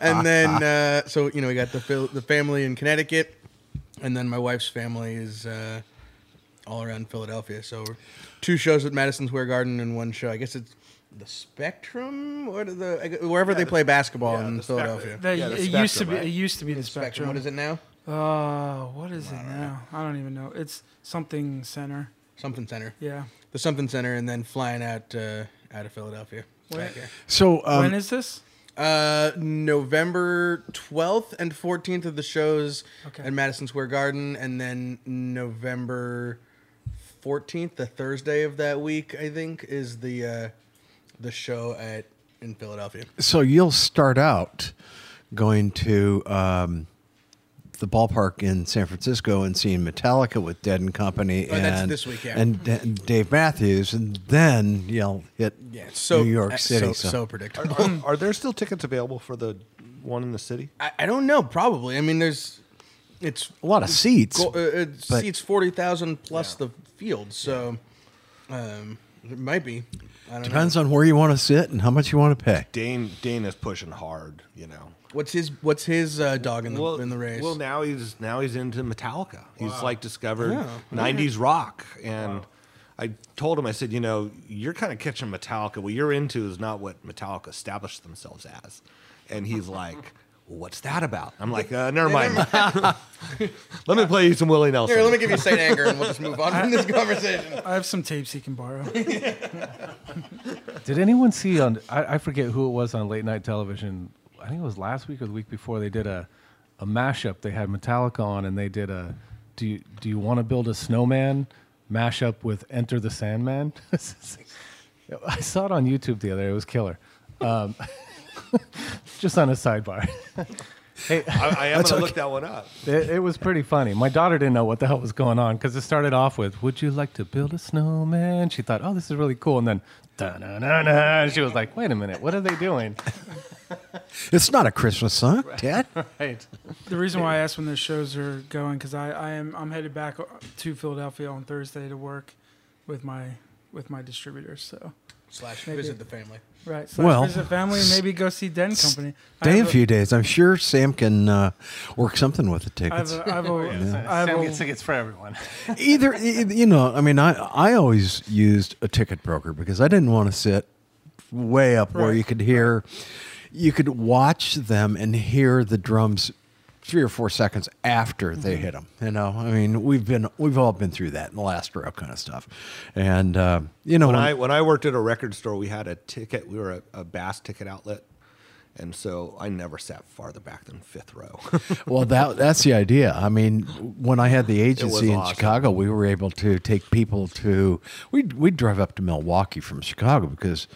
and then uh, so you know we got the Phil- the family in Connecticut, and then my wife's family is uh, all around Philadelphia. So we're- two shows at Madison Square Garden and one show. I guess it's. The Spectrum, or the I gu- wherever they play basketball
yeah,
in
the Spectrum.
Philadelphia.
That,
Yeah, the
it used to
Spectrum,
be
right?
it used to be the
Spectrum.
spectrum.
What is it now?
Uh, what is it now? I don't even know. It's something center.
Something Center.
Yeah.
The Something Center, and then flying out uh, out of Philadelphia.
When,
Back here.
So um,
when is this?
Uh, November 12th and 14th of the shows
Okay.
at Madison Square Garden, and then November 14th, the Thursday of that week, I think, is the uh, the show at in Philadelphia.
so you'll start out going to um, the ballpark in San Francisco and seeing Metallica with Dead and Company,
Oh,
and
that's this week, yeah.
and Da- Dave Matthews, and then you'll hit
Yeah, it's so
New York
uh,
City.
so,
so-
so predictable.
Are, are there still tickets available for the one in the city?
*laughs* I, I don't know. Probably. I mean, there's it's
a lot of seats.
go, uh, it
but-
seats forty thousand plus the field, so um, it might be. I don't
Depends
know.
on where you want to sit and how much you want to pay.
Dane Dane is pushing hard, you know.
What's his What's his uh, dog in the in the race? *laughs*
Well, now he's now he's into Metallica. He's like discovered '90s rock, and I told him, I said, you know, you're kind of catching Metallica. What you're into is not what Metallica established themselves as, and *laughs* he's like. What's that about? I'm like, uh, never mind. *laughs* let me play you some Willie Nelson.
Here, let me give you Saint Anger, and we'll just move on
*laughs*
from this conversation.
I have some tapes he can borrow.
Did anyone see on? I, I forget who it was on late night television. I think it was last week or the week before. They did a a mashup. They had Metallica on, and they did a Do you Do you want to build a snowman mashup with Enter the Sandman? *laughs* I saw it on YouTube the other. day. It was killer. Um, *laughs* just on a sidebar. *laughs*
I, I am gonna look that one up.
It, it was pretty funny. My daughter didn't know what the hell was going on because it started off with "Would you like to build a snowman?" She thought, "Oh, this is really cool," and then da na na na. and She was like, "Wait a minute, what are they *laughs* doing?"
It's not a Christmas song,
*laughs*
Dad.
Right.
The reason why I asked when the shows are going because I, I am I'm headed back to Philadelphia on Thursday to work with my with my distributors. So
Slash visit the family.
right, so
Well,
visit family and maybe go see Den Company. I
Day a
have
few days. I'm sure Sam can uh, work something with the
I have
tickets.
a, I have a, I have
Sam
a-
gets tickets for everyone.
either i- i- you know i mean i i always used a ticket broker because i didn't want to sit way up where
Right.
you could hear you could watch them and hear the drums three or four seconds after
Mm-hmm.
they hit them you know i mean we've been we've all been through that in the last row kind of stuff and uh, you know
when
when-
I when I worked at a record store, we had a ticket. We were a, a Bass ticket outlet, and so I never sat farther back than fifth row. *laughs*
well that that's the idea i mean when i had the agency in
awesome.
chicago we were able to take people to we'd, we'd drive up to milwaukee from chicago because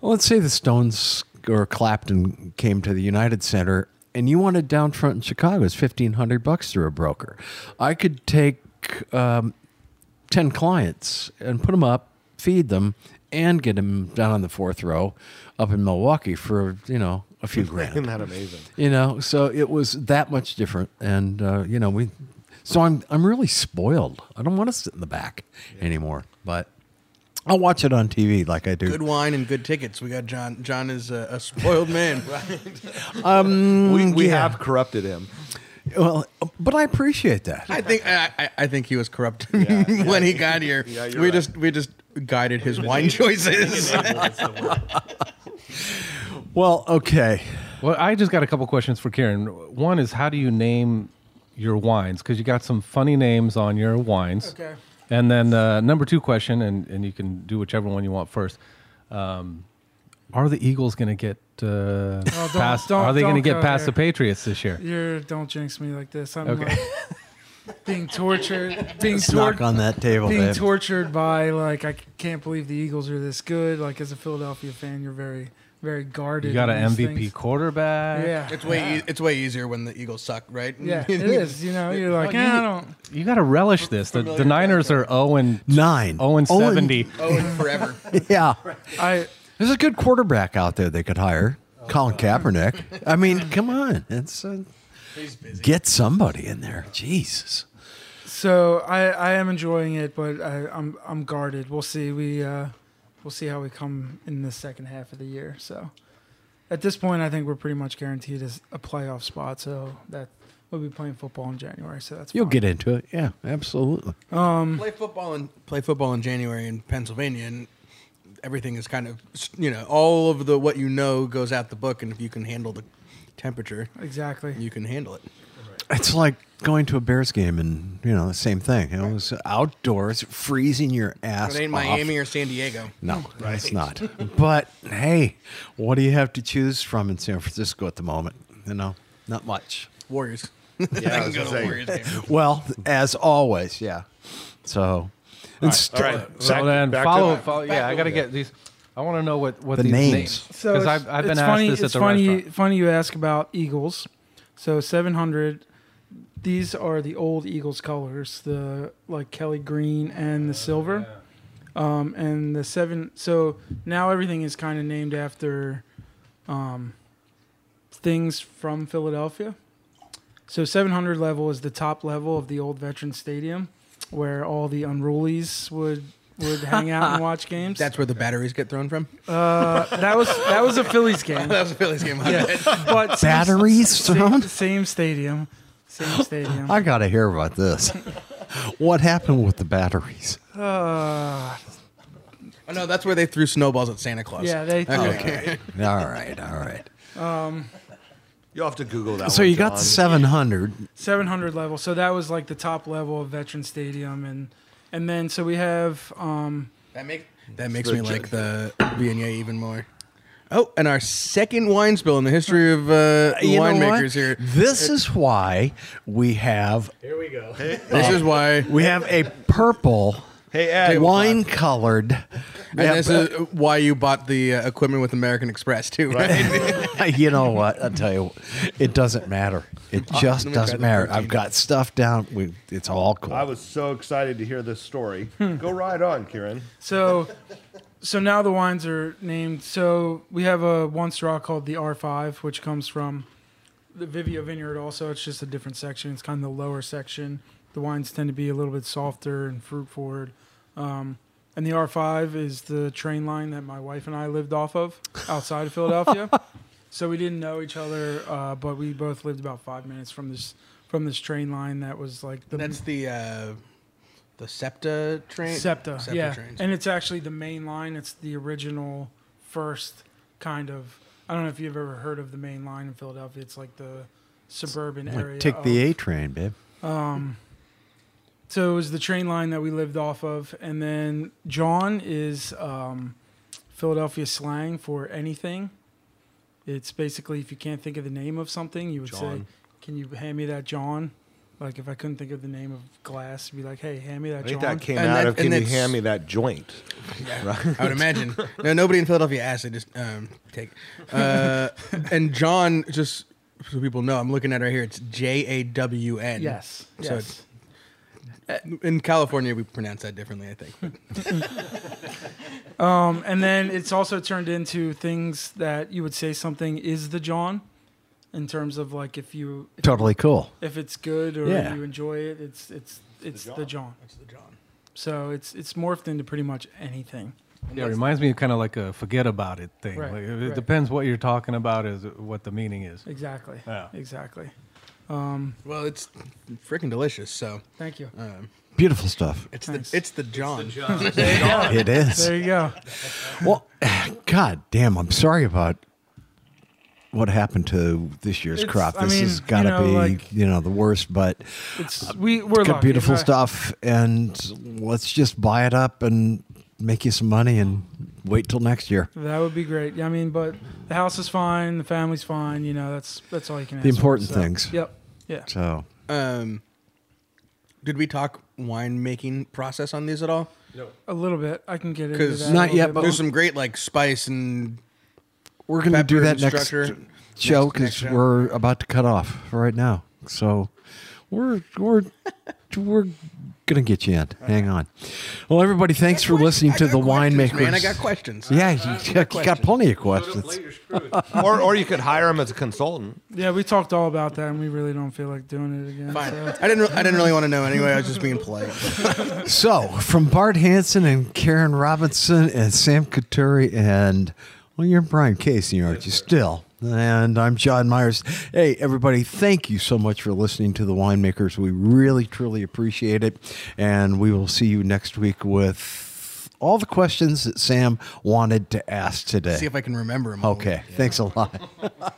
well, let's say the stones or clapton came to the united center and you wanted down front in chicago it's 1500 bucks through a broker i could take um, 10 clients and put them up, feed them, and get them down on the fourth row up in Milwaukee for, you know, a few grand.
Isn't that amazing?
You know, so it was that much different. And, uh, you know, we, so I'm, I'm really spoiled. I don't want to sit in the back anymore, but I'll watch it on TV like I do.
Good wine and good tickets. We got John. John is a, a
*laughs*
spoiled man.
we we
yeah.
have corrupted him.
Well, but I appreciate that.
I think I, I, I think he was corrupt
Yeah.
*laughs* when he got here.
Yeah, you're
we
right.
just we just guided
*laughs*
his wine choices.
Well, okay.
Well, I just got a couple questions for Kieran. One is, how do you name your wines? Because you got some funny names on your wines.
Okay.
And then uh, number two question, and, and you can do whichever one you want first. Um, are the Eagles going to get uh,
Oh, don't-
past?
don't-
are they
don't
going to
go
get past
there.
the Patriots this year?
You're don't jinx me like this. I'm
Okay.
like
*laughs*
being tortured, being
Let's knock
tortured,
on that table,
being
babe.
tortured by like I can't believe the Eagles are this good. Like as a Philadelphia fan, you're very very guarded.
You got
on
an
these
MVP
things.
quarterback.
Yeah,
It's way e- it's way easier when the Eagles suck, right? *laughs*
yeah, it is. You know, you're like,
you-
eh, I don't.
You got to relish this. The, the
Familiar
Niners are 0 and
Nine.
0 and
Oh, and-
70.
Oh, and forever.
*laughs* Yeah.
I
There's a good quarterback out there they could hire, Colin Kaepernick. I mean, come on, it's uh, get somebody in there. Jesus,
so I I am enjoying it, but I, I'm I'm guarded. We'll see. We uh, we'll see how we come in the second half of the year. So at this point, I think we're pretty much guaranteed a, a playoff spot. So that we'll be playing football in January. So that's
you'll
fine.
get into it. Yeah, absolutely.
play football in play football in January in Pennsylvania, and everything is kind of you know all of the what you know goes out the book, and if you can handle the temperature,
exactly.
you can handle it.
It's like going to a Bears game and you know the same thing. You know, it's outdoors, freezing your ass.
It ain't
off.
Miami or San Diego.
No, it's not. But hey, what do you have to choose from in San Francisco at the moment? You know, not much.
*laughs* Warriors.
Yeah, I
I can
was gonna
go to a
say.
Warriors game.
Well, as always, yeah. So, and st-
All right.
So then
back to-
follow, follow. Yeah, I got to get these. I want to know what what
The
these
names.
So
Because
it's-
I've, I've been
it's
asked
funny,
this at
it's
the
funny,
restaurant.
Funny you ask about Eagles. So 700. These are the old Eagles colors, the like Kelly green and the silver. Um, and the seven. So now everything is kind of named after um, things from Philadelphia. So 700 level is the top level of the old Veteran Stadium, where all the unrulies would would hang out
*laughs*
and watch games.
That's where the batteries get thrown from.
that was that was a Phillies game.
That was a Phillies game. my bad.
but same-
*laughs* batteries
same,
thrown.
same stadium,
*gasps*
same stadium.
I gotta hear about this. *laughs* what happened with the batteries?
Uh,
Oh, no, that's where they threw snowballs at Santa Claus.
yeah, they.
Okay, all right, all right.
Um, You'll have to Google that.
So
one,
you got
John.
the seven hundred.
700 level. So that was like the top level of Veteran Stadium, and and then so we have um,
That makes that makes me like the Viognier even more. Oh, and our second wine spill in the history of uh,
You know what?
winemakers here.
This is why we have
This is why.
we have a purple
Hey, Ed.
wine colored.
And this is why you bought the uh, equipment with American Express too, right?
*laughs*
*laughs*
you know what? I'll tell you, it doesn't matter. It just
let me try
doesn't
the
matter.
protein.
I've got stuff down. We, it's all cool.
I was so excited to hear this story. Go right on, Kieran.
so so now the wines are named. So we have a one straw called the R5, which comes from the Vivio Vineyard. Also, it's just a different section. It's kind of the lower section. The wines tend to be a little bit softer and fruit forward. And the R5 is the train line that my wife and I lived off of outside of Philadelphia. so we didn't know each other, uh, but we both lived about five minutes from this from this train line that was like the
That's the uh, the Septa train.
SEPTA,
Septa
yeah.
trains.
And it's actually the main line. It's the original first kind of. I don't know if you've ever heard of the main line in Philadelphia. It's like the suburban area.
Take
of-
the A train, babe.
So it was the train line that we lived off of, and then John is um, Philadelphia slang for anything. It's basically if you can't think of the name of something, you would say,
John.
"Can you hand me that John?" Like if I couldn't think of the name of glass, you'd be like, "Hey, hand me that
I think
John."
that came
And
out
that-
of Can
and
you
it's-
hand me that joint?
I would *laughs* imagine. No, nobody in Philadelphia asked. They just um, take. Uh, and John, just so people know, I'm looking at it right here. It's J A W N.
yes,
So
yes.
it's- in California, we pronounce that differently. I think.
Um, and then it's also turned into things that you would say something is the John, in terms of like if you
Totally cool.
if it's good or
Yeah.
you enjoy it, it's it's it's the John. So it's it's morphed into pretty much anything.
Yeah, it reminds me of kind of like a forget about it thing.
Right,
Like, it
right.
depends what you're talking about is what the meaning is.
Exactly.
Yeah.
Exactly.
Well, it's freaking delicious. So um,
Thank you.
Beautiful stuff.
it's
Thanks.
the it's the John.
It is.
there you go.
Well, *sighs* God damn, I'm sorry about what happened to this year's
It's-
crop.
I
This
mean,
has
you
got to
know,
be,
like-
you know, the worst, but
It's we we're
good,
lucky,
beautiful
right?
stuff. And let's just buy it up and make you some money and wait till next year.
That would be great. Yeah, I mean, but the house is fine, the family's fine. You know, that's that's all you can.
The
ask for,
important
so.
things.
Yep. Yeah.
So,
Um, did we talk winemaking process on these at all?
A little bit. I can get into
'Cause-
that. a
Not
little
yet,
bit
but-
more.
There's some great like spice and
we're going to
Pepper
do that
and
next
structure.
show
Next- next
because
show.
we're about to cut off for right now. So we're we're we're gonna get you in. Hang on. Well, everybody, thanks for listening to the
questions,
winemakers.
Man, I got questions.
Yeah, you, you got plenty of questions.
or, or you could hire him as a consultant.
yeah, we talked all about that, and we really don't feel like doing it again.
Fine.
so.
I didn't. re- I didn't really want to know anyway. I was just
*laughs*
being polite.
So, from Bart Hanson and Karen Robinson and Sam Couturi and well, you're Brian Casey, aren't you? Still. And I'm John Myers. Hey, everybody, thank you so much for listening to The Winemakers. We really, truly appreciate it. And we will see you next week with all the questions that Sam wanted to ask today.
See if I can remember them. all.
okay, thanks a lot.